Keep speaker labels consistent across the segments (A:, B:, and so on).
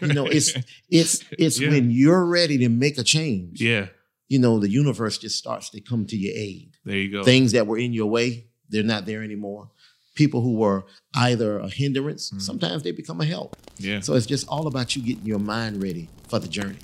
A: You know, it's it's it's
B: Yeah.
A: when you're ready to make a change.
B: yeah.
A: You know, the universe just starts to come to your aid.
B: There you go.
A: Things that were in your way, they're not there anymore. People who were either a hindrance,
B: Mhm.
A: sometimes they become a help.
B: yeah.
A: So it's just all about you getting your mind ready for the journey.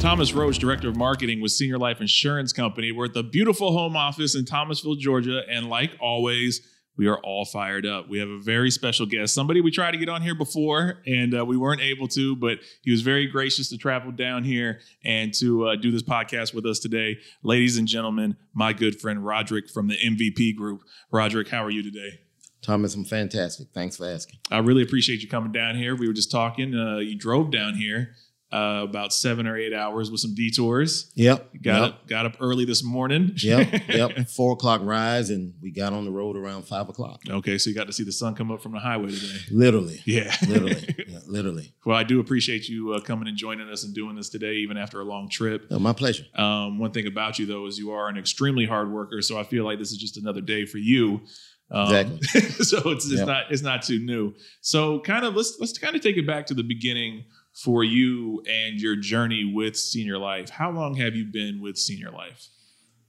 B: Thomas Roach, director of marketing with Senior Life Insurance Company. We're at the beautiful home office in Thomasville, Georgia, and like always, we are all fired up. We have a very special guest, somebody we tried to get on here before, and uh, we weren't able to, but he was very gracious to travel down here and to uh, do this podcast with us today, ladies and gentlemen. My good friend Roderick from the MVP Group. Roderick, how are you today?
A: Thomas, I'm fantastic. Thanks for asking.
B: I really appreciate you coming down here. We were just talking. Uh, you drove down here uh, about seven or eight hours with some detours.
A: Yep.
B: Got
A: yep.
B: up, got up early this morning.
A: Yep. Yep. Four o'clock rise, and we got on the road around five o'clock.
B: okay, so you got to see the sun come up from the highway today.
A: Literally.
B: Yeah.
A: Literally. Yeah, literally.
B: well, I do appreciate you uh, coming and joining us and doing this today, even after a long trip.
A: No, my pleasure.
B: Um, one thing about you though is you are an extremely hard worker, so I feel like this is just another day for you. Um,
A: Exactly.
B: so it's, it's
A: Yeah.
B: not it's not too new. So kind of let's let's kind of take it back to the beginning for you and your journey with Senior Life. How long have you been with Senior Life?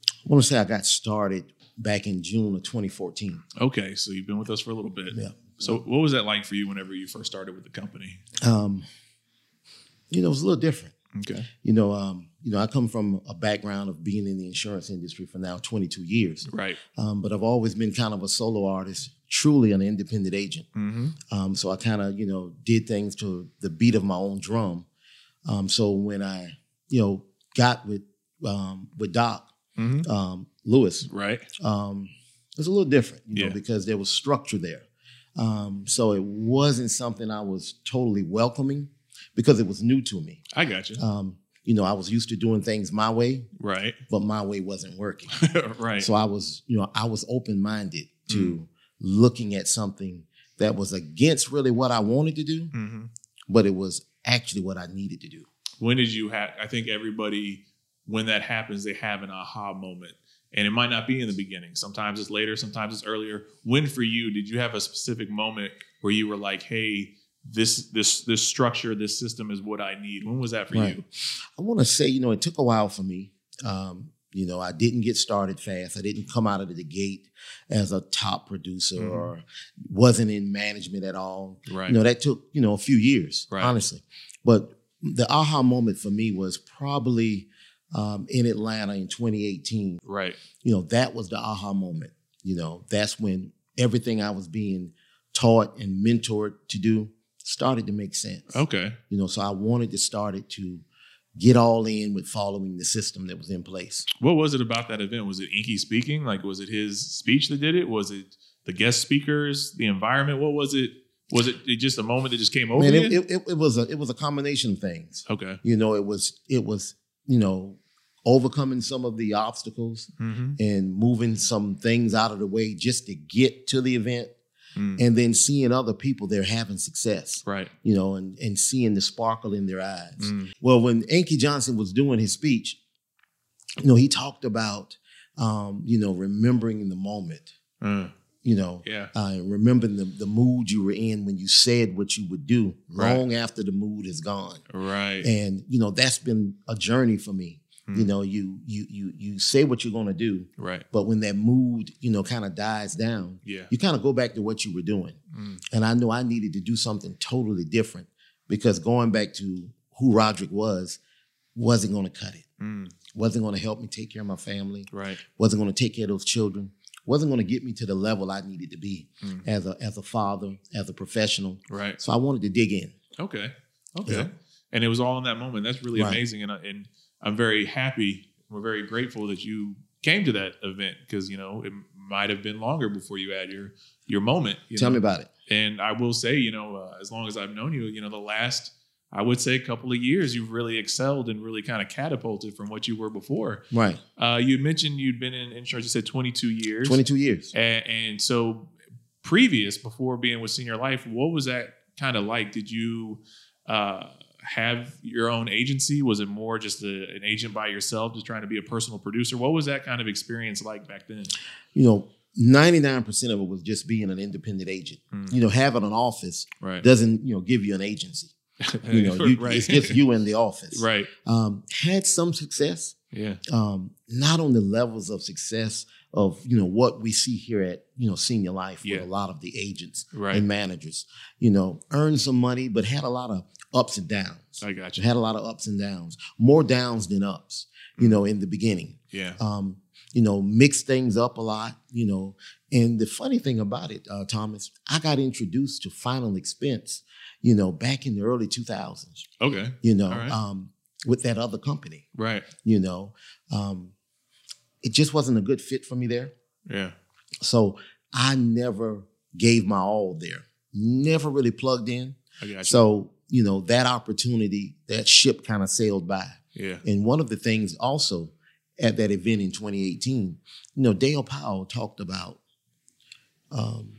A: I want to say I got started back in June of 2014.
B: Okay, so you've been with us for a little bit.
A: Yeah.
B: So, what was that like for you whenever you first started with the company?
A: Um, you know, it was a little different.
B: Okay.
A: You know, um, you know, I come from a background of being in the insurance industry for now 22 years,
B: Right.
A: um, but I've always been kind of a solo artist, truly an independent agent.
B: Mm-hmm.
A: Um, so I kind of, you know, did things to the beat of my own drum. Um, so when I, you know, got with um, with Doc
B: Mm-hmm.
A: um, Lewis,
B: Right.
A: um, it was a little different, you
B: Yeah.
A: know, because there was structure there. Um, so it wasn't something I was totally welcoming because it was new to me.
B: I got you.
A: Um, you know, I was used to doing things my way,
B: right.
A: but my way wasn't working.
B: right. Mm.
A: So I was, you know, I was open minded to looking at something that was against really what I wanted to do,
B: hmm
A: but it was actually what I needed to do.
B: When did you have? I think everybody, when that happens, they have an aha moment, and it might not be in the beginning. Sometimes it's later. Sometimes it's earlier. When for you did you have a specific moment where you were like, "Hey, this this this structure, this system is what I need." When was that for
A: Right.
B: you?
A: I want to say, you know, it took a while for me. Um, you know, I didn't get started fast. I didn't come out of the gate as a top producer
B: Mhm.
A: or wasn't in management at all.
B: Right.
A: You know, that took, you know, a few years,
B: Right.
A: honestly. But the aha moment for me was probably um, in Atlanta in 2018.
B: Right.
A: You know, that was the aha moment. You know, that's when everything I was being taught and mentored to do started to make sense
B: Okay.
A: you know so i wanted to start it to get all in with following the system that was in place
B: What was it about that event? Was it Inky speaking? Like, was it his speech that did it? Was it the guest speakers, the environment? What was it? Was it just a moment that just came over
A: Man,
B: you?
A: it, it, it, it was a it was a combination of things
B: okay.
A: you know it was it was you know overcoming some of the obstacles
B: Mm-hmm.
A: and moving some things out of the way just to get to the event and then seeing other people there having success
B: Right.
A: you know and and seeing the sparkle in their eyes
B: Mm.
A: Well, when Anke Johnson was doing his speech, you know, he talked about, um, you know, remembering in the moment,
B: Uh,
A: you know,
B: yeah.
A: uh, and remembering the, the mood you were in when you said what you would do
B: Right.
A: long after the mood is gone.
B: Right.
A: And, you know, that's been a journey for me.
B: Hmm.
A: You know, you, you, you, you say what you're going to do,
B: right.
A: but when that mood, you know, kind of dies down,
B: Yeah.
A: you kind of go back to what you were doing.
B: Mm.
A: And I knew I needed to do something totally different because going back to who Roderick was wasn't going to cut it.
B: Mm.
A: Wasn't going to help me take care of my family.
B: Right.
A: Wasn't going to take care of those children. Wasn't going to get me to the level I needed to be
B: Mm.
A: as a as a father, as a professional.
B: Right.
A: So I wanted to dig in.
B: Okay. Okay.
A: Yeah.
B: And it was all in that moment. That's really
A: Right.
B: amazing. And, I, and I'm very happy. We're very grateful that you came to that event because, you know, it might have been longer before you had your, your moment. you
A: Tell
B: know?
A: me about it.
B: And I will say, you know, uh, as long as I've known you, you know, the last I would say couple of years, you've really excelled and really kind of catapulted from what you were before.
A: Right.
B: Uh, you mentioned you'd been in insurance. You said 22 years.
A: 22 years.
B: And, and so, previous before being with Senior Life, what was that kind of like? Did you uh, have your own agency? Was it more just a, an agent by yourself, just trying to be a personal producer? What was that kind of experience like back then?
A: You know, 99% of it was just being an independent agent.
B: Mm.
A: You know, having an office
B: Right.
A: doesn't, you know, give you an agency. You know, you,
B: right.
A: it's just you in the office.
B: right.
A: Um, had some success,
B: Yeah.
A: um, not on the levels of success of, you know, what we see here at, you know, Senior Life
B: Yeah.
A: with a lot of the agents
B: Right.
A: and managers. You know, earned some money, but had a lot of ups and downs.
B: I got
A: So
B: you.
A: had a lot of ups and downs, more downs than ups, you know, in the beginning.
B: Yeah.
A: Um, you know, mixed things up a lot, you know. And the funny thing about it, uh, Thomas, I got introduced to Final Expense, you know, back in the early 2000s,
B: Okay.
A: you know,
B: All right.
A: um, with that other company,
B: Right.
A: you know. Um, it just wasn't a good fit for me there.
B: Yeah.
A: So I never gave my all there, never really plugged in.
B: I got you.
A: So, you know, that opportunity, that ship kind of sailed by.
B: yeah.
A: And one of the things also at that event in 2018, you know, Dale Powell talked about, um,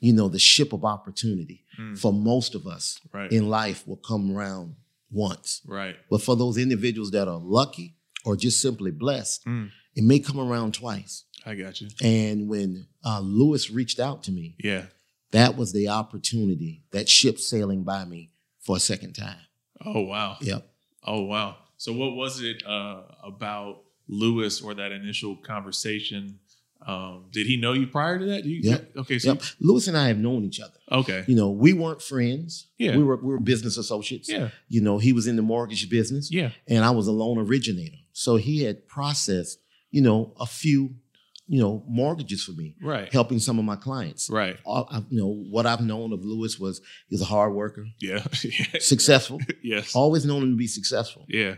A: you know, the ship of opportunity
B: Mm.
A: for most of us
B: Right.
A: in life will come around once.
B: right.
A: But for those individuals that are lucky or just simply blessed,
B: Mm.
A: it may come around twice.
B: I got you.
A: And when uh, Lewis reached out to me,
B: Yeah.
A: that was the opportunity, that ship sailing by me for a second time.
B: Oh wow.
A: Yep.
B: Oh wow. So what was it uh, about Lewis or that initial conversation? Um, did he know you prior to that? Do you,
A: Yep.
B: Okay. So
A: Yep. Lewis and I have known each other.
B: okay.
A: You know, we weren't friends.
B: Yeah.
A: We were we were business associates.
B: Yeah.
A: You know, he was in the mortgage business
B: Yeah.
A: and I was a loan originator. So he had processed, you know, a few, you know, mortgages for me,
B: Right.
A: helping some of my clients.
B: Right.
A: All I, you know, what I've known of Lewis was he's a hard worker,
B: Yeah.
A: successful,
B: yes.
A: always known him to be successful.
B: yeah.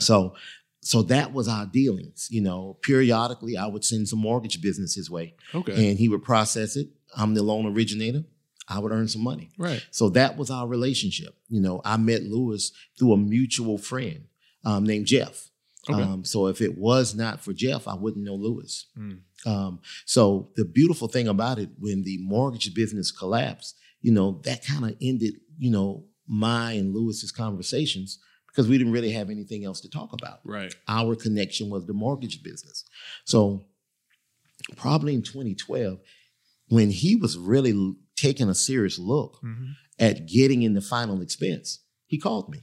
A: So so that was our dealings. You know, periodically I would send some mortgage business his way
B: Okay.
A: and he would process it. I'm the loan originator. I would earn some money.
B: right.
A: So that was our relationship. You know, I met Lewis through a mutual friend um, named Jeff.
B: Okay.
A: Um, so if it was not for Jeff, I wouldn't know Lewis.
B: Mm.
A: Um, so the beautiful thing about it, when the mortgage business collapsed, you know, that kind of ended, you know, my and Lewis's conversations because we didn't really have anything else to talk about
B: Right.
A: our connection was the mortgage business. So probably in 2012, when he was really l- taking a serious look
B: Mm-hmm.
A: at getting in the final expense, he called me.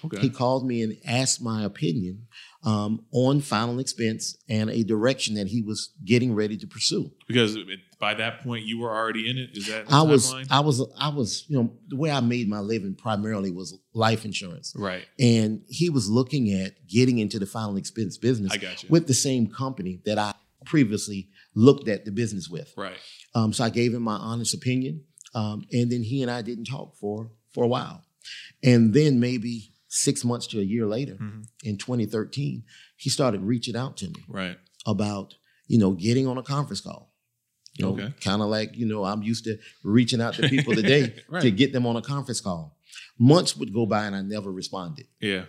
A: He
B: Okay.
A: called me and asked my opinion um, on final expense and a direction that he was getting ready to pursue.
B: Because it, by that point you were already in it. Is that the
A: I was,
B: timeline?
A: I was, I was, you know, the way I made my living primarily was life insurance.
B: right.
A: And he was looking at getting into the final expense business
B: I got you.
A: with the same company that I previously looked at the business with.
B: right.
A: Um, so I gave him my honest opinion, um, and then he and I didn't talk for for a while. And then maybe six months to a year later,
B: Mhm.
A: in 2013, he started reaching out to me
B: Right.
A: about you know getting on a conference call. You know,
B: Okay.
A: kind of like you know I'm used to reaching out to people today
B: Right.
A: to get them on a conference call. Months would go by and I never responded.
B: Yeah.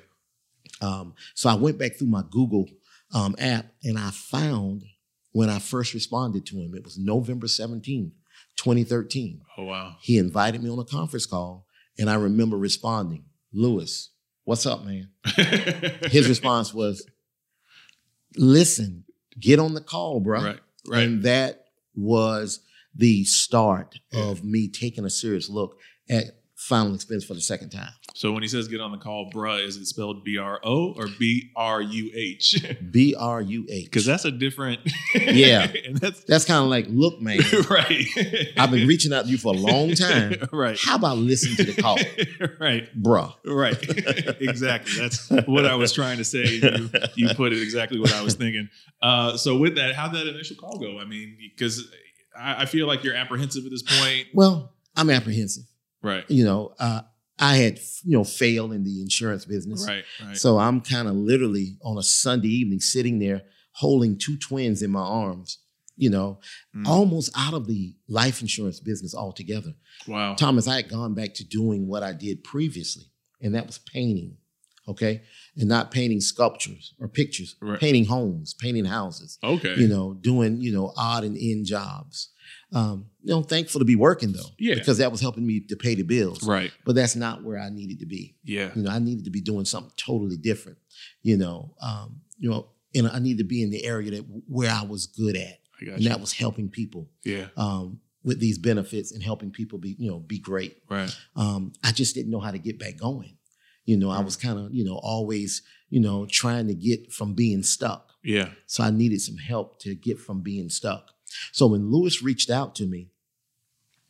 A: Um, so I went back through my Google um, app and I found when I first responded to him, it was November 17, 2013.
B: Oh wow.
A: He invited me on a conference call and I remember responding, Lewis, what's up, man? His response was, listen, get on the call, bro.
B: Right. Right.
A: And that was the start
B: Yeah.
A: of me taking a serious look at final expense for the second time.
B: So when he says get on the call, bruh, is it spelled B R O or B R U H?
A: B R U A.
B: Because that's a different.
A: Yeah.
B: and that's
A: that's kind of like, look, man.
B: right.
A: I've been reaching out to you for a long time.
B: right.
A: How about listen to the call,
B: right.
A: bruh?
B: Right. exactly. That's what I was trying to say. You, you put it exactly what I was thinking. Uh, so with that, how'd that initial call go? I mean, because I, I feel like you're apprehensive at this point.
A: Well, I'm apprehensive.
B: Right.
A: You know, uh, I had you know failed in the insurance business,
B: Right. Right.
A: so I'm kind of literally on a Sunday evening sitting there holding two twins in my arms. You know,
B: Mm.
A: almost out of the life insurance business altogether.
B: wow.
A: Thomas, I had gone back to doing what I did previously, and that was painting, okay, and not painting sculptures or pictures,
B: Right.
A: painting homes, painting houses.
B: Okay.
A: you know, doing, you know, odd and end jobs. Um, you know, thankful to be working though,
B: Yeah.
A: because that was helping me to pay the bills.
B: Right.
A: But that's not where I needed to be.
B: Yeah.
A: You know, I needed to be doing something totally different. You know, um, you know, and I needed to be in the area that where I was good at,
B: I got
A: and
B: you.
A: that was helping people
B: Yeah.
A: um, with these benefits and helping people be, you know, be great
B: Right.
A: um, I just didn't know how to get back going. You know,
B: Mm.
A: I was kind of, you know, always, you know, trying to get from being stuck.
B: Yeah.
A: So I needed some help to get from being stuck. So when Lewis reached out to me,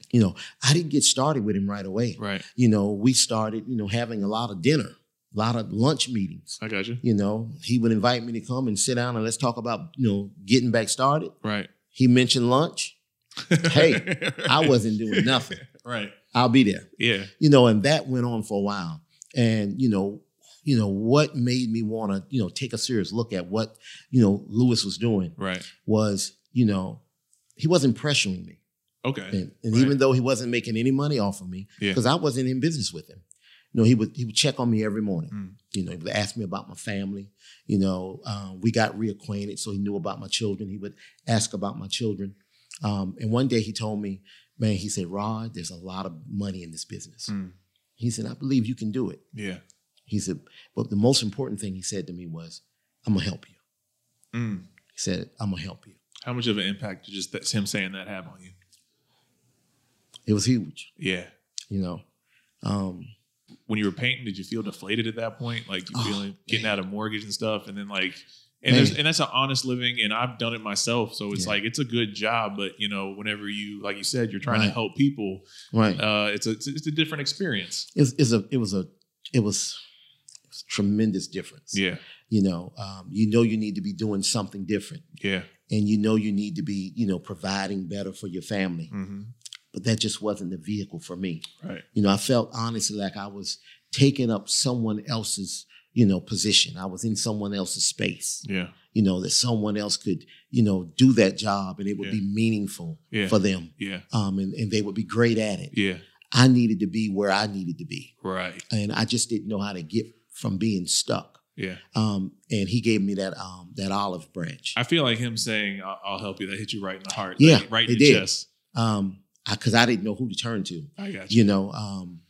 A: you know, I didn't get started with him right away.
B: Right.
A: You know, we started, you know, having a lot of dinner, a lot of lunch meetings.
B: I got you.
A: You know, he would invite me to come and sit down and let's talk about, you know, getting back started.
B: Right.
A: He mentioned lunch. Hey, I wasn't doing nothing.
B: Right.
A: I'll be there.
B: Yeah.
A: you know and that went on for a while and you know you know what made me want to you know take a serious look at what you know lewis was doing
B: Right.
A: was you know he wasn't pressuring me
B: Okay.
A: and, and
B: Right.
A: even though he wasn't making any money off of me
B: Yeah.
A: because i wasn't in business with him you know he would he would check on me every morning
B: Mm.
A: you know he would ask me about my family you know um, we got reacquainted so he knew about my children he would ask about my children um, and one day he told me man he said rod there's a lot of money in this business
B: Mm.
A: he said, I believe you can do it.
B: Yeah.
A: He said, but the most important thing he said to me was, I'm gonna help you.
B: Mm.
A: He said, I'm gonna help you.
B: How much of an impact did just that, him saying that have on you?
A: It was huge,
B: Yeah.
A: you know. Um,
B: When you were painting, did you feel deflated at that point? Like you
A: Oh,
B: feeling getting
A: man.
B: out of mortgage and stuff, and then like, and there's,
A: Man.
B: and that's an honest living, and I've done it myself, so it's
A: Yeah.
B: like it's a good job. But you know, whenever you like you said, you're trying to
A: Right.
B: help people,
A: right.
B: uh, it's a it's, a- it's a different experience.
A: It's, it's a it was a it was, it was a tremendous difference.
B: Yeah.
A: You know, um, you know you need to be doing something different.
B: Yeah.
A: And you know you need to be, you know, providing better for your family.
B: hmm
A: But that just wasn't the vehicle for me.
B: Right.
A: You know, I felt honestly like I was taking up someone else's, you know, position. I was in someone else's space.
B: Yeah.
A: you know that someone else could you know do that job and it would
B: Yeah.
A: be meaningful
B: Yeah.
A: for them
B: Yeah.
A: um, and, and they would be great at it
B: Yeah.
A: i needed to be where i needed to be
B: Right.
A: and i just didn't know how to get from being stuck
B: Yeah.
A: um, and he gave me that um, that olive branch
B: I feel like him saying, "I'll, I'll help you," that hit you right in the heart.
A: Yeah,
B: Like, right in
A: it
B: the
A: did.
B: chest.
A: um, I, 'cause I didn't know who to turn to
B: I got you.
A: you know um,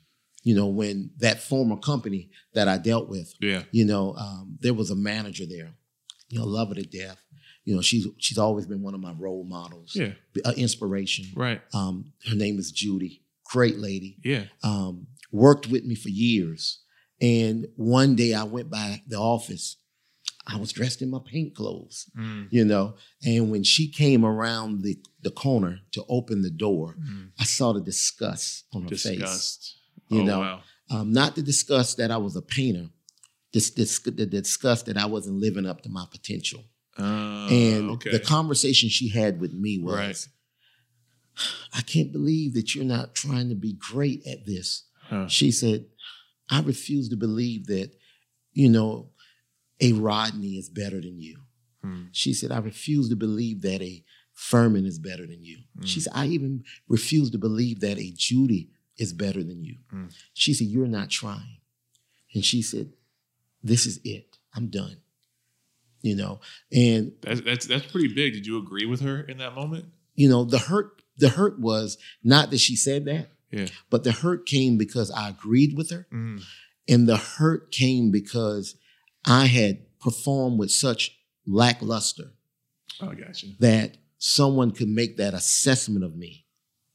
A: you know when that former company that i dealt with
B: Yeah.
A: you know um, there was a manager there you know love her to death you know she's she's always been one of my role models
B: Yeah.
A: uh, inspiration
B: Right.
A: Um, her name is Judy, great lady.
B: Yeah.
A: Um, worked with me for years. And one day I went by the office. I was dressed in my pink clothes,
B: Mm.
A: you know. And when she came around the, the corner to open the door,
B: Mm.
A: I saw the disgust on her face.
B: Disgust.
A: You
B: oh,
A: know,
B: Wow.
A: Um, not the disgust that I was a painter, this, this, the disgust that I wasn't living up to my potential.
B: Uh,
A: And
B: okay.
A: the conversation she had with me was,
B: Right.
A: I can't believe that you're not trying to be great at this.
B: Huh.
A: She said, I refuse to believe that, you know, a Rodney is better than you.
B: Hmm.
A: She said, I refuse to believe that a Furman is better than you.
B: Mm.
A: She said, I even refuse to believe that a Judy is better than you.
B: Mm.
A: She said, You're not trying. And she said, This is it. I'm done. You know, and
B: That's, that's that's pretty big. Did you agree with her in that moment?
A: you know the hurt the hurt was not that she said that
B: Yeah.
A: but the hurt came because i agreed with her
B: Mm.
A: and the hurt came because i had performed with such lackluster
B: Oh, I got you.
A: that someone could make that assessment of me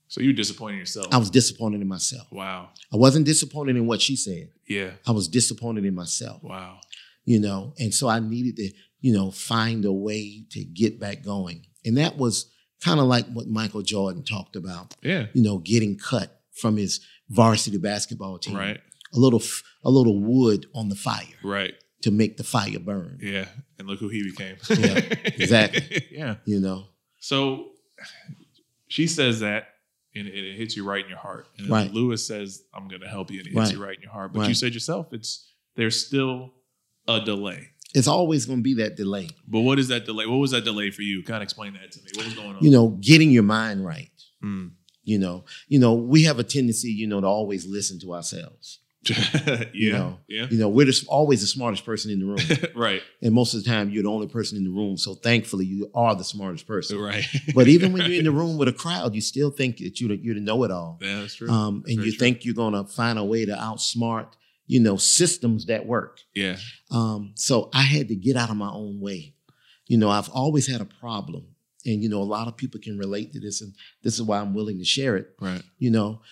B: So you were disappointing yourself.
A: i was disappointed in myself
B: wow.
A: i wasn't disappointed in what she said
B: Yeah.
A: i was disappointed in myself
B: Wow.
A: you know and so i needed to you know find a way to get back going and that was kind of like what michael jordan talked about
B: Yeah.
A: you know, getting cut from his varsity basketball team.
B: Right.
A: A little, f- a little wood on the fire
B: Right.
A: to make the fire burn.
B: Yeah. And look who he became.
A: Yeah, exactly.
B: yeah.
A: You know,
B: So she says that, and, and it hits you right in your heart. And then
A: Right.
B: Lewis says, "I'm going to help you," and it hits
A: Right.
B: you right in your heart. But you
A: Right.
B: said yourself, it's there's still a delay.
A: it's always going to be that delay.
B: But what is that delay? What was that delay for you? Kind of explain that to me. What was going on?
A: You know, getting your mind right.
B: Mm.
A: You know, you know, we have a tendency, you know, to always listen to ourselves.
B: yeah.
A: You know.
B: Yeah.
A: You know, we're just always the smartest person in the room.
B: Right.
A: and most of the time, you're the only person in the room. So thankfully, you are the smartest person.
B: Right.
A: But even when you're in the room with a crowd, you still think that you you're the know it all.
B: yeah, that's true.
A: Um, and
B: Very
A: you
B: true.
A: think you're going to find a way to outsmart, you know, systems that work.
B: yeah.
A: Um, so I had to get out of my own way. You know, I've always had a problem. And, you know, a lot of people can relate to this. And this is why I'm willing to share it.
B: Right.
A: You know,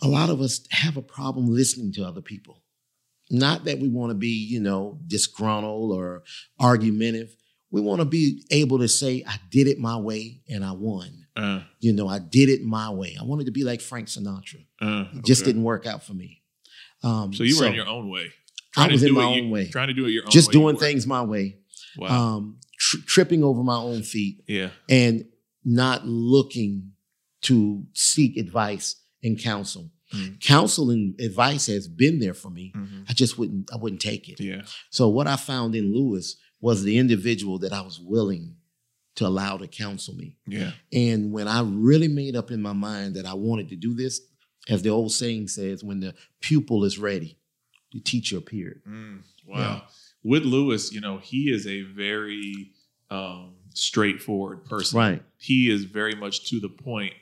A: a lot of us have a problem listening to other people. Not that we want to be, you know, disgruntled or argumentative. We want to be able to say, I did it my way and I won.
B: Uh,
A: You know, I did it my way. I wanted to be like Frank Sinatra.
B: uh,
A: It just
B: okay.
A: didn't work out for me. Um,
B: So you were in your own way.
A: I
B: to
A: was in
B: do
A: my
B: it you-
A: own way.
B: Trying to do it your own
A: just
B: way. you
A: doing
B: were.
A: things my way,
B: Wow.
A: um, tr- tripping over my own feet,
B: yeah.
A: and not looking to seek advice and counsel.
B: Mm.
A: Counsel and advice has been there for me.
B: Mhm.
A: I just wouldn't. I wouldn't take it.
B: Yeah.
A: So what I found in Lewis was the individual that I was willing to allow to counsel me.
B: Yeah.
A: And when I really made up in my mind that I wanted to do this, as the old saying says, when the pupil is ready, the teacher appeared.
B: Mm, wow.
A: Yeah.
B: With Lewis, you know, he is a very um, straightforward person.
A: Right.
B: He is very much to the point.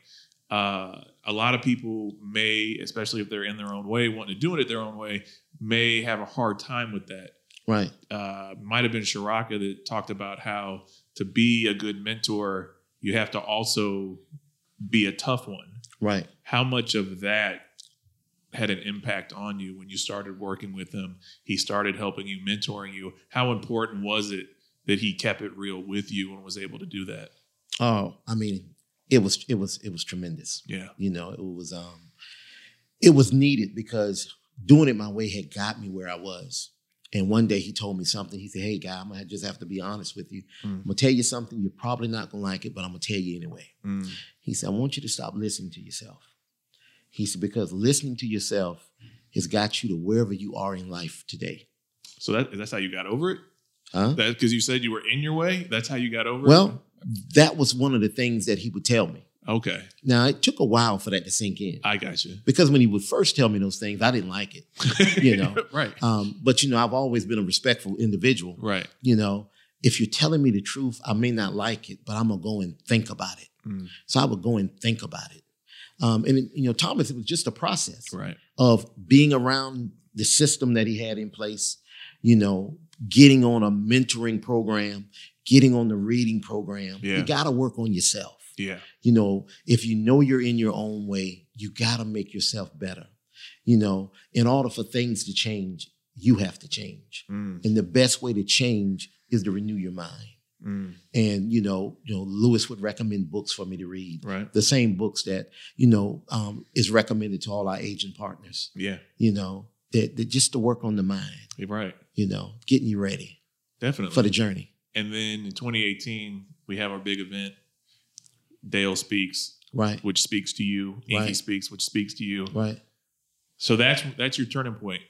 B: Uh, a lot of people may, especially if they're in their own way, wanting to do it their own way, may have a hard time with that.
A: Right.
B: Uh, might have been Shiraka that talked about how to be a good mentor, you have to also be a tough one
A: Right.
B: how much of that had an impact on you when you started working with him he started helping you mentoring you how important was it that he kept it real with you and was able to do that
A: Oh, I mean, it was it was it was tremendous.
B: yeah
A: You know, it was um it was needed because doing it my way had got me where I was. And one day he told me something. He said, Hey guy, I'm gonna just have to be honest with you. I'm
B: Mm.
A: gonna tell you something, you're probably not gonna like it, but I'm gonna tell you anyway.
B: mm.
A: He said, I want you to stop listening to yourself. He said, because listening to yourself has got you to wherever you are in life today.
B: so that, that's how you got over it
A: Huh?
B: that because you said you were in your way that's how you got over
A: Well, that was one of the things that he would tell me.
B: it okay
A: Now it took a while for that to sink in.
B: i got you
A: because when he would first tell me those things, I didn't like it. You know.
B: right
A: Um, but you know, I've always been a respectful individual.
B: right
A: You know, if you're telling me the truth, I may not like it, but I'm gonna go and think about it.
B: Mm.
A: So I would go and think about it. Um, and it- you know, Thomas, it was just a process
B: right
A: of being around the system that he had in place. You know, getting on a mentoring program, getting on the reading program.
B: Yeah.
A: You got to work on yourself
B: yeah
A: you know if you know you're in your own way you got to make yourself better you know in order for things to change you have to change
B: Mm,
A: and the best way to change is to renew your mind
B: mm,
A: and you know you know lewis would recommend books for me to read
B: right
A: the same books that you know um, is recommended to all our agent partners
B: yeah
A: you know that, that just to work on the mind
B: you're right
A: you know getting you ready
B: definitely
A: for the journey
B: and then in 2018 we have our big event dale speaks
A: right
B: which speaks to you. Inky
A: Right.
B: speaks, which speaks to you.
A: right
B: So that's that's your turning point.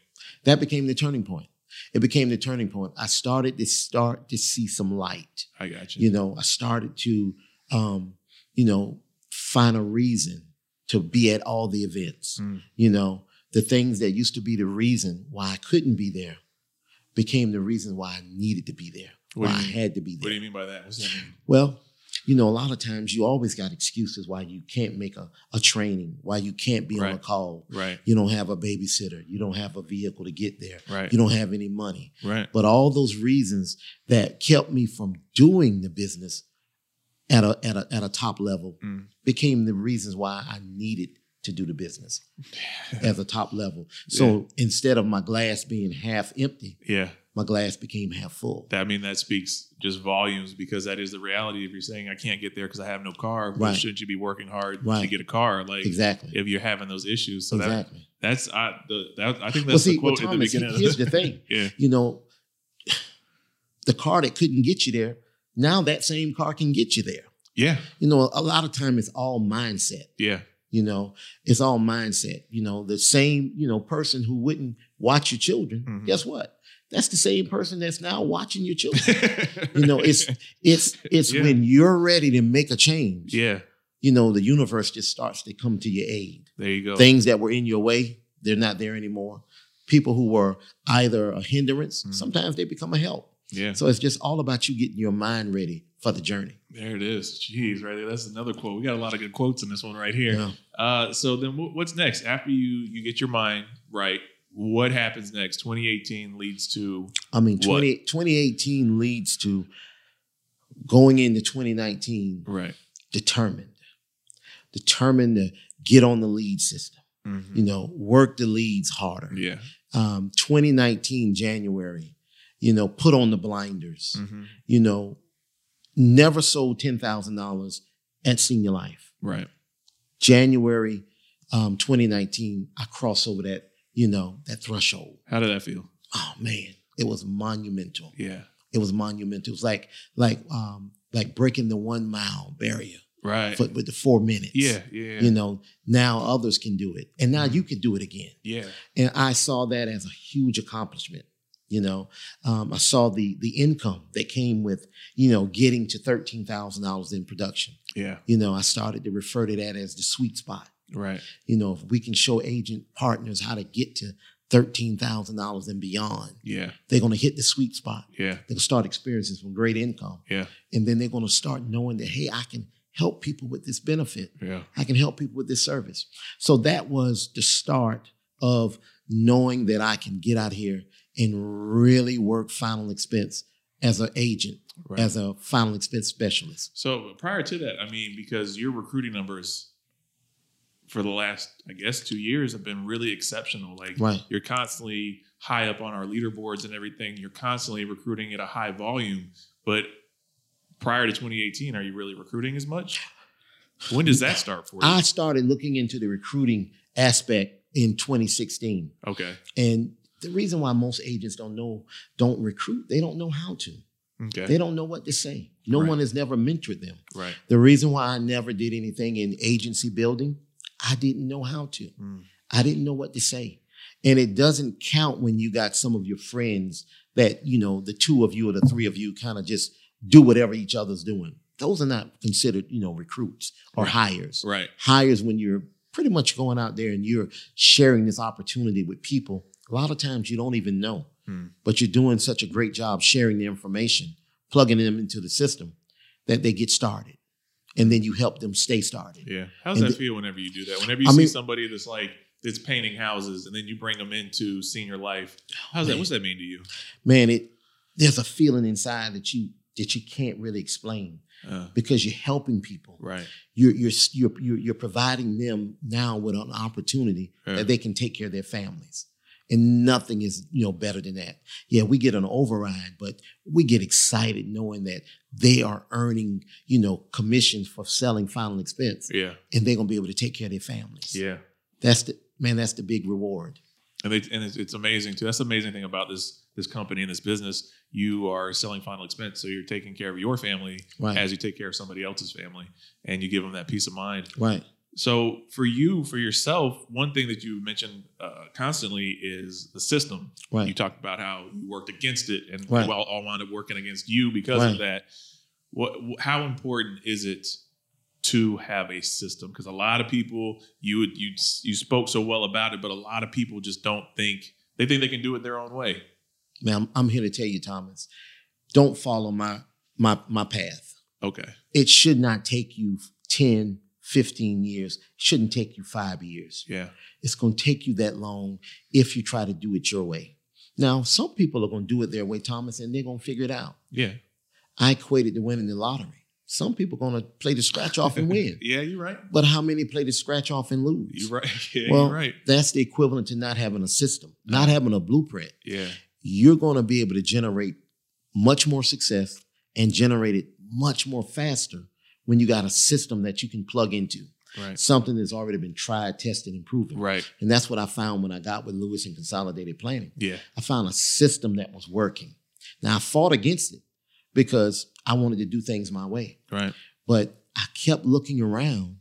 A: that became the turning point. It became the turning point. I started to start to see some light.
B: I got you.
A: You know, I started to, um, you know, find a reason to be at all the events.
B: Mm.
A: You know, the things that used to be the reason why I couldn't be there became the reason why I needed to be there,
B: What
A: why
B: do
A: I
B: you mean?
A: had to be
B: What do
A: there.
B: you mean by that? What's that mean?
A: Well, you know, a lot of times you always got excuses why you can't make a, a training, why you can't be on a
B: Right.
A: call.
B: Right,
A: You don't have a babysitter. You don't have a vehicle to get there.
B: right,
A: You don't have any money.
B: right.
A: But all those reasons that kept me from doing the business at a at a at a top level
B: Mm.
A: became the reasons why I needed to do the business as a top level. So instead of my glass being half empty,
B: Yeah,
A: my glass became half full.
B: that I mean that speaks just volumes because that is the reality. If you're saying I can't get there because I have no car, well,
A: Right.
B: shouldn't you be working hard to
A: Right.
B: get a car? Like
A: Exactly.
B: if you're having those issues, so that
A: exactly.
B: that's I the that, I think that's
A: Well, see,
B: the
A: well,
B: quote at the
A: Thomas,
B: beginning. of
A: here's the thing.
B: yeah,
A: You know, the car that couldn't get you there, now that same car can get you there.
B: yeah,
A: You know, a lot of time it's all mindset.
B: yeah,
A: You know, it's all mindset. You know, the same, you know, person who wouldn't watch your children,
B: Mhm.
A: guess what? That's the same person that's now watching your children. you know, it's it's it's
B: Yeah.
A: when you're ready to make a change.
B: yeah.
A: You know, the universe just starts to come to your aid.
B: There you go.
A: Things that were in your way They're not there anymore. People who were either a hindrance,
B: Mhm.
A: sometimes they become a help.
B: Yeah.
A: So it's just all about you getting your mind ready for the journey.
B: There it is. Jeez, right there. That's another quote. We got a lot of good quotes in this one right here.
A: Yeah.
B: Uh, so then, wh- what's next after you you get your mind right? What happens next? 2018 leads to
A: I mean,
B: What?
A: 20, 2018 leads to going into 2019
B: right.
A: determined, determined to get on the lead system,
B: Mhm.
A: you know, work the leads harder.
B: Yeah.
A: Um, 2019, January, you know, put on the blinders,
B: Mhm.
A: you know, never sold $10,000 at Senior Life.
B: Right.
A: January um, 2019, I cross over that, you know, that threshold.
B: How did that feel?
A: Oh man, it was monumental.
B: Yeah.
A: It was monumental. It was like like um like breaking the one mile barrier
B: Right.
A: for, with the four minutes.
B: yeah. Yeah. Mm-hmm.
A: You know, now others can do it. And now you can do it again.
B: yeah.
A: And I saw that as a huge accomplishment. You know, um, I saw the the income that came with, you know, getting to thirteen thousand dollars in production.
B: Yeah.
A: You know, I started to refer to that as the sweet spot.
B: Right.
A: You know, if we can show agent partners how to get to thirteen thousand dollars and beyond,
B: Yeah.
A: they're gonna hit the sweet spot.
B: Yeah.
A: They're gonna start experiencing some great income.
B: Yeah.
A: And then they're gonna start knowing that, hey, I can help people with this benefit.
B: Yeah.
A: I can help people with this service. So that was the start of knowing that I can get out here and really work final expense as an agent,
B: Right.
A: as a final expense specialist.
B: so uh, prior to that, I mean, because your recruiting numbers for the last, I guess, two years have been really exceptional. Like
A: Right.
B: you're constantly high up on our leaderboards and everything. You're constantly recruiting at a high volume. But prior to 2018, are you really recruiting as much? When does that start for you?
A: I started looking into the recruiting aspect in 2016.
B: okay.
A: And the reason why most agents don't know, don't recruit, they don't know how to.
B: Okay.
A: They don't know what to say. No
B: Right.
A: one has never mentored them.
B: Right.
A: The reason why I never did anything in agency building, I didn't know how to.
B: Mm.
A: I didn't know what to say. And it doesn't count when you got some of your friends that, you know, the two of you or the three of you kind of just do whatever each other's doing. Those are not considered, you know, recruits or hires.
B: Right.
A: Hires when you're pretty much going out there and you're sharing this opportunity with people. A lot of times you don't even know,
B: Hmm.
A: but you're doing such a great job sharing the information, plugging them into the system that they get started. And then you help them stay started.
B: Yeah. How does
A: And
B: that
A: the-
B: feel whenever you do that? Whenever you
A: I
B: see
A: mean-
B: somebody that's like that's painting houses and then you bring them into senior life, how's that?
A: Man.
B: What's that mean to you?
A: man, it there's a feeling inside that you that you can't really explain
B: Uh,
A: because you're helping people.
B: right.
A: You're you're you're you're, you're providing them now with an opportunity
B: Yeah.
A: that they can take care of their families. And nothing is, you know, better than that. Yeah, we get an override, but we get excited knowing that they are earning, you know, commissions for selling final expense,
B: Yeah.
A: and they're gonna be able to take care of their families.
B: Yeah.
A: That's the man. That's the big reward.
B: and they and it's, it's amazing too. That's the amazing thing about this this company and this business. You are selling final expense, so you're taking care of your family
A: Right.
B: as you take care of somebody else's family, and you give them that peace of mind.
A: right.
B: So for you, for yourself, one thing that you mentioned uh, constantly is the system.
A: Right.
B: You talked about how you worked against it, and
A: Right.
B: we all, all wound up working against you because of
A: Right.
B: that. What? wh- How important is it to have a system? Because a lot of people, you would- you you spoke so well about it, but a lot of people just don't think they think they can do it their own way.
A: man, I'm, I'm here to tell you, Thomas, don't follow my my my path.
B: Okay.
A: It should not take you 10, 15 years. It shouldn't take you five years.
B: Yeah.
A: It's going to take you that long if you try to do it your way. Now, some people are going to do it their way, Thomas, and they're going to figure it out.
B: Yeah.
A: I equated to winning the lottery. Some people are going to play the scratch off and win.
B: Yeah, you're right.
A: But how many play the scratch off and lose?
B: You're right. Yeah,
A: Well-
B: you're right.
A: That's the equivalent to not having a system, not having a blueprint.
B: Yeah.
A: you're going to be able to generate much more success and generate it much more faster when you got a system that you can plug into
B: Right.
A: something that's already been tried tested and proven
B: Right.
A: and that's what i found when i got with lewis and consolidated planning
B: Yeah.
A: i found a system that was working now i fought against it because i wanted to do things my way
B: Right.
A: but i kept looking around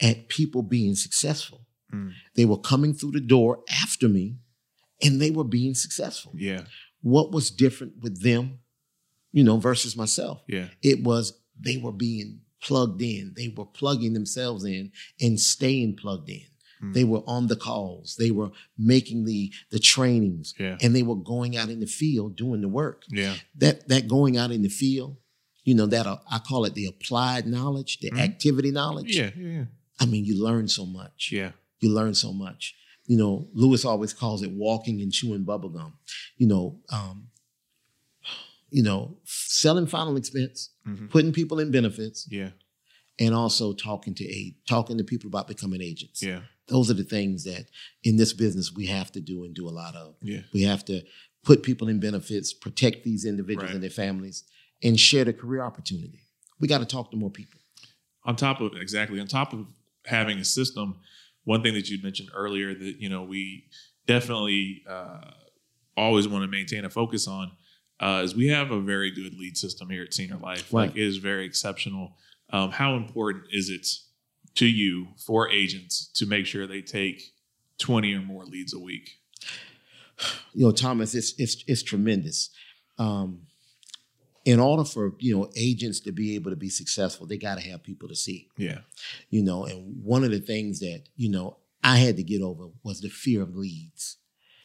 A: at people being successful
B: Mm.
A: they were coming through the door after me and they were being successful
B: Yeah.
A: what was different with them, you know, versus myself.
B: Yeah.
A: It was they were being plugged in, they were plugging themselves in and staying plugged in.
B: Mm.
A: They were on the calls. They were making the the trainings,
B: Yeah.
A: and they were going out in the field doing the work.
B: Yeah.
A: That that going out in the field, you know, that uh, I call it the applied knowledge, the
B: Mhm.
A: activity knowledge.
B: Yeah. Yeah.
A: I mean, you learn so much.
B: Yeah.
A: You learn so much. You know, Lewis always calls it walking and chewing bubblegum. You know, um, you know, selling final expense,
B: hmm
A: putting people in benefits,
B: Yeah.
A: and also talking to aid, talking to people about becoming agents.
B: Yeah.
A: Those are the things that in this business we have to do and do a lot of.
B: Yeah.
A: We have to put people in benefits, protect these individuals
B: Right.
A: and their families, and share the career opportunity. We got to talk to more people.
B: on top of exactly on top of having a system one thing that you mentioned earlier that you know we definitely uh, always want to maintain a focus on uh, is we have a very good lead system here at senior life like
A: Right.
B: it is very exceptional um, how important is it to you for agents to make sure they take 20 or more leads a week
A: You know, Thomas, it's it's, it's tremendous. Um, in order for you know agents to be able to be successful, they got to have people to see.
B: yeah
A: You know, and one of the things that you know I had to get over was the fear of leads.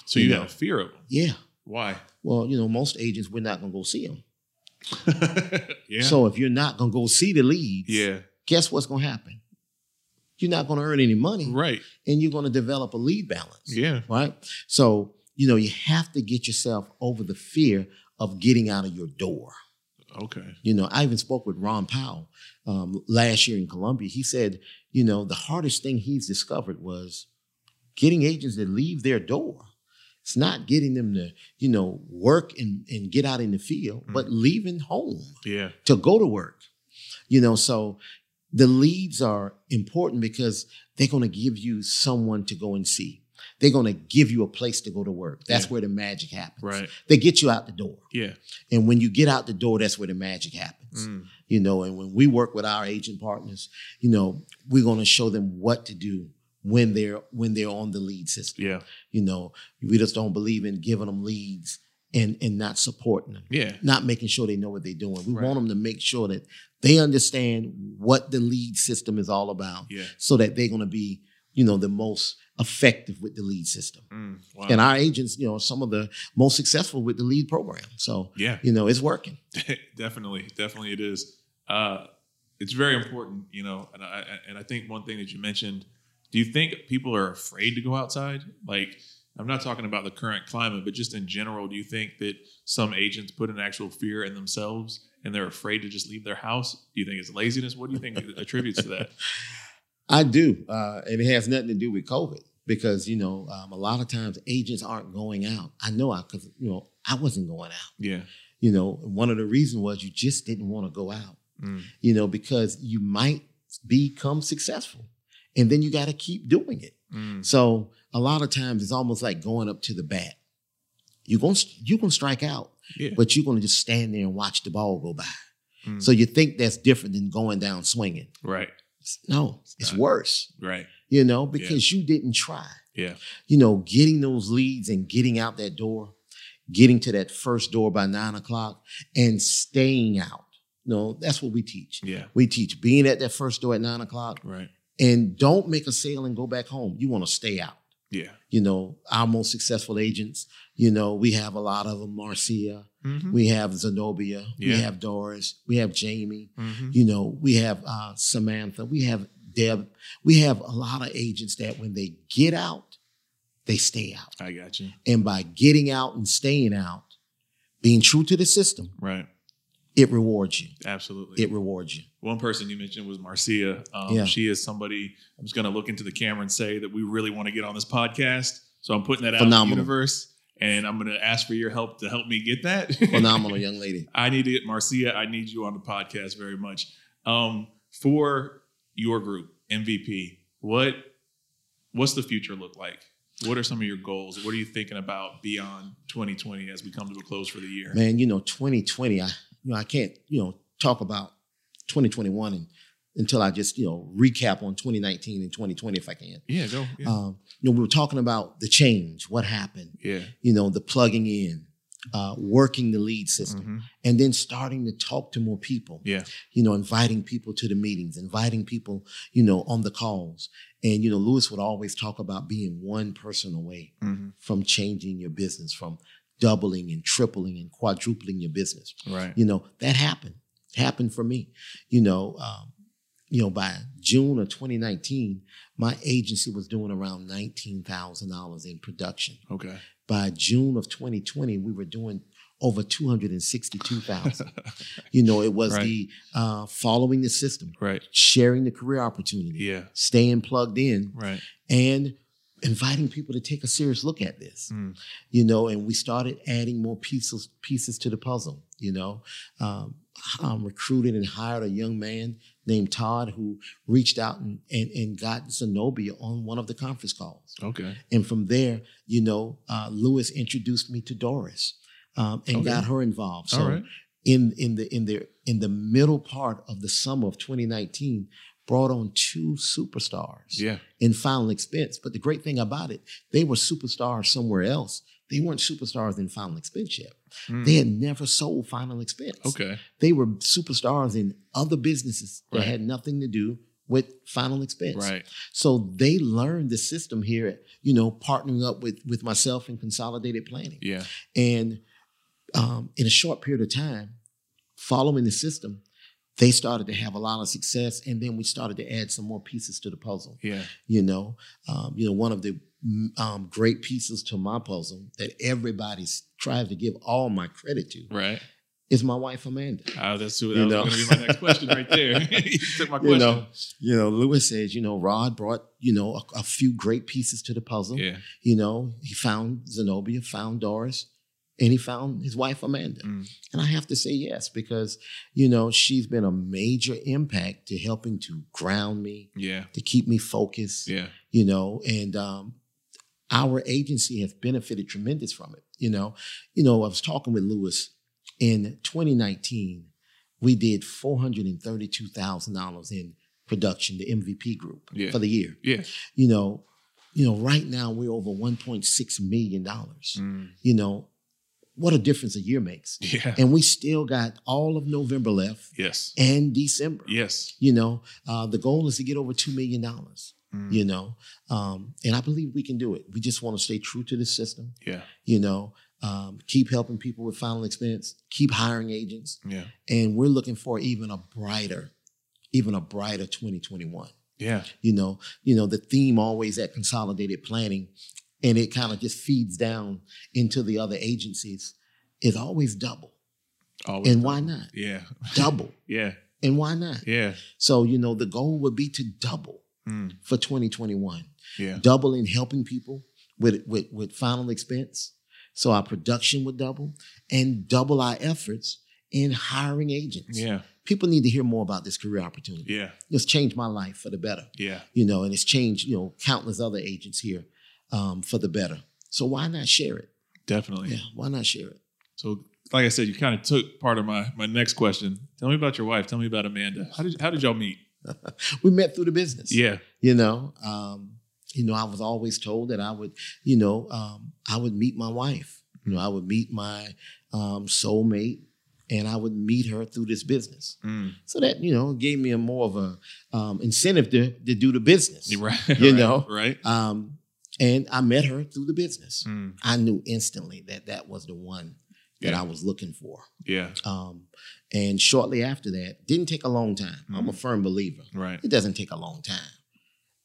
B: so you
A: Yeah.
B: have a fear of them
A: Yeah.
B: why
A: Well, you know, most agents we're not gonna go see them.
B: yeah
A: So if you're not gonna go see the leads,
B: yeah
A: guess what's gonna happen? You're not gonna earn any money,
B: right
A: and you're gonna develop a lead balance,
B: yeah
A: right? So you know you have to get yourself over the fear of getting out of your door.
B: okay
A: You know, I even spoke with Ron Powell um, last year in Columbia. He said, you know, the hardest thing he's discovered was getting agents to leave their door. It's not getting them to, you know, work and, and get out in the field, but
B: Mm-hmm.
A: leaving home
B: yeah
A: to go to work. You know, so the leads are important because they're going to give you someone to go and see. They're going to give you a place to go to work. That's
B: Yeah.
A: where the magic happens.
B: right
A: They get you out the door.
B: yeah
A: And when you get out the door, that's where the magic happens.
B: Mm.
A: You know, and when we work with our agent partners, you know, we're going to show them what to do when they're when they're on the lead system.
B: yeah
A: You know, we just don't believe in giving them leads and and not supporting them,
B: yeah
A: not making sure they know what they're doing. We
B: Right.
A: want them to make sure that they understand what the lead system is all about
B: yeah
A: so that they're going to be, you know, the most effective with the lead system.
B: Mm, wow.
A: And our agents, you know, are some of the most successful with the lead program. So,
B: yeah,
A: you know, it's working.
B: definitely, definitely, it is. Uh, it's very important, you know. And I I- and I think one thing that you mentioned. Do you think people are afraid to go outside? Like, I'm not talking about the current climate, but just in general, do you think that some agents put an actual fear in themselves and they're afraid to just leave their house? Do you think it's laziness? What do you think attributes to that?
A: I do, uh, and it has nothing to do with COVID because you know um, a lot of times agents aren't going out. I know I because you know I wasn't going out.
B: Yeah.
A: You know, and one of the reasons was you just didn't want to go out.
B: Mm.
A: You know, because you might become successful, and then you got to keep doing it.
B: Mm.
A: So a lot of times it's almost like going up to the bat. You're gonna you're gonna strike out,
B: Yeah.
A: but you're gonna just stand there and watch the ball go by.
B: Mm.
A: So you think that's different than going down swinging?
B: Right.
A: No, it's
B: not.
A: worse
B: Right.
A: you know, because you didn't try.
B: Yeah.
A: You know, getting those leads and getting out that door, getting to that first door by nine o'clock and staying out. No, that's what we teach.
B: Yeah.
A: We teach being at that first door at nine o'clock
B: Right.
A: and don't make a sale and go back home. You want to stay out.
B: Yeah.
A: You know, our most successful agents, you know, we have a lot of them Marcia,
B: Mm-hmm.
A: we have Zenobia,
B: Yeah.
A: we have Doris, we have Jamie,
B: Mm-hmm.
A: you know, we have uh, Samantha, we have Deb, we have a lot of agents that when they get out, they stay out.
B: I got you.
A: And by getting out and staying out, being true to the system,
B: Right.
A: it rewards you.
B: Absolutely.
A: It rewards you.
B: One person you mentioned was Marcia. Um,
A: Yeah.
B: She is somebody I'm just going to look into the camera and say that we really want to get on this podcast. So I'm putting that out in the
A: Phenomenal.
B: universe and I'm going to ask for your help to help me get that.
A: Phenomenal young lady.
B: I need to get Marcia. I need you on the podcast very much. Um, for your group, MVP, what what's the future look like? What are some of your goals? What are you thinking about beyond 2020 as we come to a close for the year?
A: Man, you know, 2020, I you know, I can't, you know, talk about 2021 and, until I just, you know, recap on 2019 and 2020 if I can.
B: Yeah, go.
A: Uh,
B: Yeah.
A: Um, you know, we were talking about the change, what happened,
B: yeah.
A: you know, the plugging in, uh, working the lead system,
B: Mhm.
A: and then starting to talk to more people.
B: Yeah.
A: You know, inviting people to the meetings, inviting people, you know, on the calls. And, you know, Lewis would always talk about being one person away
B: Mhm.
A: from changing your business, from doubling and tripling and quadrupling your business.
B: Right.
A: You know, that happened. It happened for me. You know, um, you know, by June of 2019, my agency was doing around $19,000 in production.
B: Okay.
A: By June of 2020, we were doing over 262,000. you know, it was
B: Right.
A: the uh, following the system,
B: right.
A: sharing the career opportunity,
B: Yeah.
A: staying plugged in,
B: Right.
A: and inviting people to take a serious look at this
B: Mm.
A: you know and we started adding more pieces pieces to the puzzle you know um, um, recruited and hired a young man named todd who reached out and, and, and got zenobia on one of the conference calls
B: Okay.
A: and from there you know uh, lewis introduced me to doris um, and
B: Okay.
A: got her involved so
B: All right.
A: in in the in the in the middle part of the summer of 2019 brought on two superstars
B: Yeah.
A: in final expense. But the great thing about it, they were superstars somewhere else. They weren't superstars in final expense yet.
B: Mm.
A: They had never sold final expense.
B: Okay.
A: They were superstars in other businesses that
B: Right.
A: had nothing to do with final expense.
B: Right.
A: So they learned the system here, you know, partnering up with with myself in consolidated planning.
B: Yeah.
A: And um, in a short period of time, following the system, they started to have a lot of success. And then we started to add some more pieces to the puzzle
B: Yeah.
A: you know um, you know one of the mm, um, great pieces to my puzzle that everybody s- tries to give all my credit to
B: Right.
A: is my wife amanda
B: Uh, that's who, that
A: You
B: was
A: know.
B: going to be my next question right there. you took my question.
A: You know. you know lewis says you know rod brought you know a, a few great pieces to the puzzle
B: Yeah.
A: you know he found zenobia found doris and he found his wife amanda
B: Mm.
A: and i have to say yes because you know she's been a major impact to helping to ground me
B: Yeah.
A: to keep me focused
B: Yeah.
A: you know and um, our agency has benefited tremendous from it you know you know i was talking with lewis in 2019 we did $432000 in production the mvp group
B: Yeah.
A: for the year
B: Yeah.
A: you know you know right now we're over $1.6 million
B: Mm.
A: you know what a difference a year makes
B: Yeah.
A: and we still got all of november left
B: Yes.
A: and december
B: Yes.
A: you know uh, the goal is to get over $2 million
B: Mm.
A: you know um, and i believe we can do it we just want to stay true to the system
B: Yeah.
A: you know um, keep helping people with final expense keep hiring agents
B: Yeah.
A: and we're looking for even a brighter even a brighter 2021
B: Yeah.
A: you know you know the theme always at consolidated planning and it kind of just feeds down into the other agencies is always double
B: Always.
A: and why not
B: Yeah.
A: double
B: Yeah.
A: and why not
B: Yeah.
A: so you know the goal would be to double
B: Mm.
A: for 2021
B: Yeah.
A: double in helping people with, with, with final expense. So our production would double and double our efforts in hiring agents.
B: Yeah.
A: People need to hear more about this career opportunity.
B: Yeah.
A: It's changed my life for the better,
B: Yeah.
A: you know, and it's changed, you know, countless other agents here um, for the better. So why not share it?
B: Definitely.
A: Yeah, why not share it?
B: So, like I said, you kind of took part of my my next question. Tell me about your wife. Tell me about Amanda. How did how did y'all meet?
A: We met through the business.
B: Yeah.
A: you know um you know i was always told that i would you know um i would meet my wife you know i would meet my um soulmate and i would meet her through this business
B: Mm.
A: so that you know gave me a more of a um incentive to, to do the business
B: You're Right.
A: You
B: right,
A: know.
B: Right.
A: um and i met her through the business
B: Mm.
A: i knew instantly that that was the one that
B: Yeah.
A: i was looking for
B: Yeah.
A: um and shortly after that didn't take a long time i'm a
B: Mm-hmm.
A: firm believer
B: Right.
A: it doesn't take a long time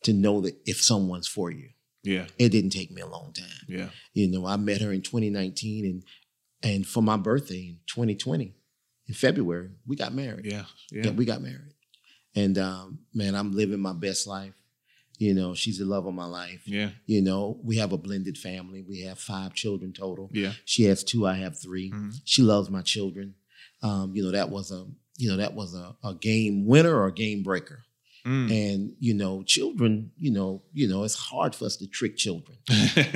A: to know that if someone's for you
B: Yeah.
A: it didn't take me a long time
B: Yeah.
A: you know i met her in 2019 and and for my birthday in 2020 in february we got married
B: Yeah. Yeah.
A: yeah we got married and um, man i'm living my best life you know she's the love of my life
B: Yeah.
A: you know we have a blended family we have five children total
B: Yeah.
A: she has two i have 3
B: Mhm.
A: she loves my children um, you know that was a you know that was a, a game winner or a game breaker
B: Mm.
A: and you know children you know you know it's hard for us to trick children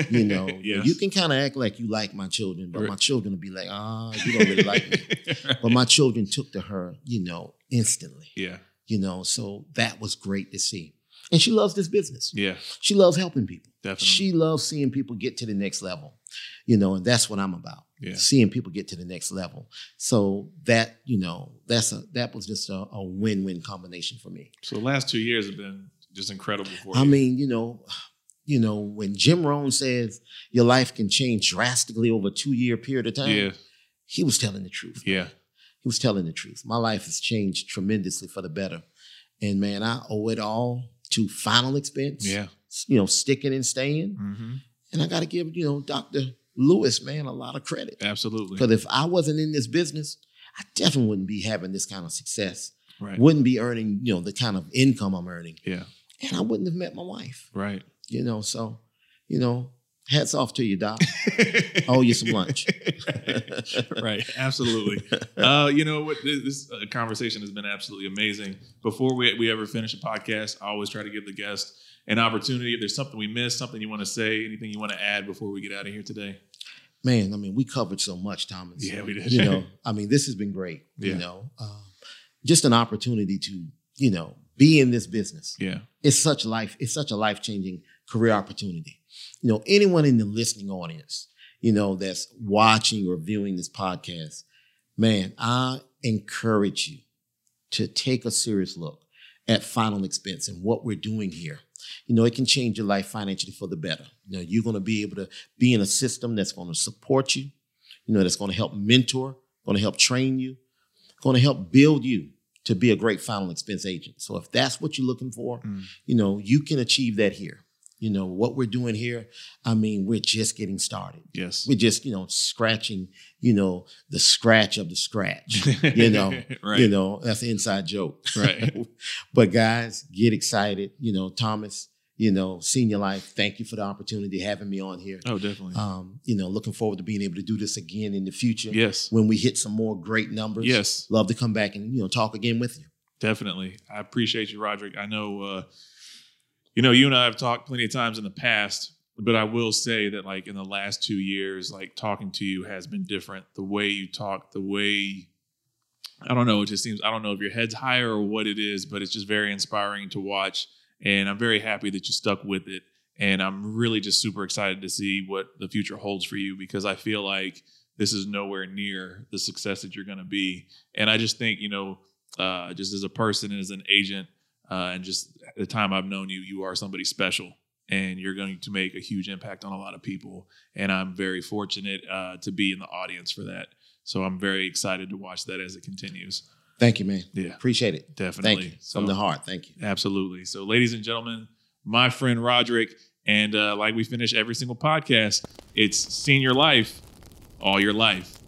A: you know
B: Yes.
A: you can kind of act like you like my children but
B: Right.
A: my children will be like ah you don't really like me but my children took to her you know instantly
B: yeah.
A: you know so that was great to see and she loves this business
B: Yeah.
A: she loves helping people
B: Definitely.
A: she loves seeing people get to the next level you know and that's what i'm about
B: Yeah.
A: seeing people get to the next level. So that you know, that's a that was just a, a win-win combination for me.
B: So the last two years have been just incredible for
A: I
B: you.
A: mean, you know, you know, when Jim Rohn says your life can change drastically over a two-year period of time,
B: yeah,
A: he was telling the truth.
B: yeah,
A: He was telling the truth. My life has changed tremendously for the better. And man, I owe it all to final expense.
B: yeah.
A: You know, sticking and staying.
B: hmm
A: And I gotta give, you know, Dr. Lewis, man, a lot of credit.
B: Absolutely.
A: Because if I wasn't in this business, I definitely wouldn't be having this kind of success.
B: Right.
A: Wouldn't be earning, you know, the kind of income I'm earning.
B: Yeah.
A: And I wouldn't have met my wife.
B: Right.
A: You know, so, you know, hats off to you, Doc. owe you Oh, some lunch.
B: right. Absolutely. Uh, you know what? This, this uh, conversation has been absolutely amazing. Before we, we ever finish a podcast, I always try to give the guest an opportunity. If there's something we missed, something you want to say, anything you want to add before we get out of here today.
A: Man, I mean, we covered so much, Thomas.
B: Yeah, we did.
A: you know i mean this has been great
B: Yeah.
A: you know um, just an opportunity to you know be in this business
B: yeah.
A: it's such life it's such a life-changing career opportunity you know anyone in the listening audience you know that's watching or viewing this podcast man i encourage you to take a serious look at final expense and what we're doing here you know it can change your life financially for the better you know you're going to be able to be in a system that's going to support you you know that's going to help mentor going to help train you going to help build you to be a great final expense agent so if that's what you're looking for
B: Mm.
A: you know you can achieve that here you know what we're doing here i mean we're just getting started
B: Yes.
A: we're just you know scratching you know the scratch of the scratch you know,
B: right.
A: you know that's an inside joke
B: Right.
A: but guys get excited you know thomas you know senior life thank you for the opportunity having me on here
B: Oh, definitely.
A: um, you know, looking forward to being able to do this again in the future
B: yes.
A: when we hit some more great numbers.
B: Yes.
A: Love to come back and, you know, talk again with you.
B: Definitely. I appreciate you, Roderick. I know, uh, you know, you and I have talked plenty of times in the past, but I will say that, like, in the last two years, like, talking to you has been different. The way you talk, the way, I don't know, it just seems, I don't know if your head's higher or what it is, but it's just very inspiring to watch. And I'm very happy that you stuck with it. And I'm really just super excited to see what the future holds for you because I feel like this is nowhere near the success that you're going to be. And I just think, you know, uh, just as a person and as an agent, uh, and just the time I've known you, you are somebody special, and you're going to make a huge impact on a lot of people. And I'm very fortunate uh, to be in the audience for that. So I'm very excited to watch that as it continues.
A: Thank you, man.
B: Yeah,
A: Appreciate it.
B: definitely.
A: Thank you.
B: So-
A: From the heart. Thank you.
B: Absolutely. So, ladies and gentlemen, my friend Roderick, and uh, like we finish every single podcast, it's senior life, all your life.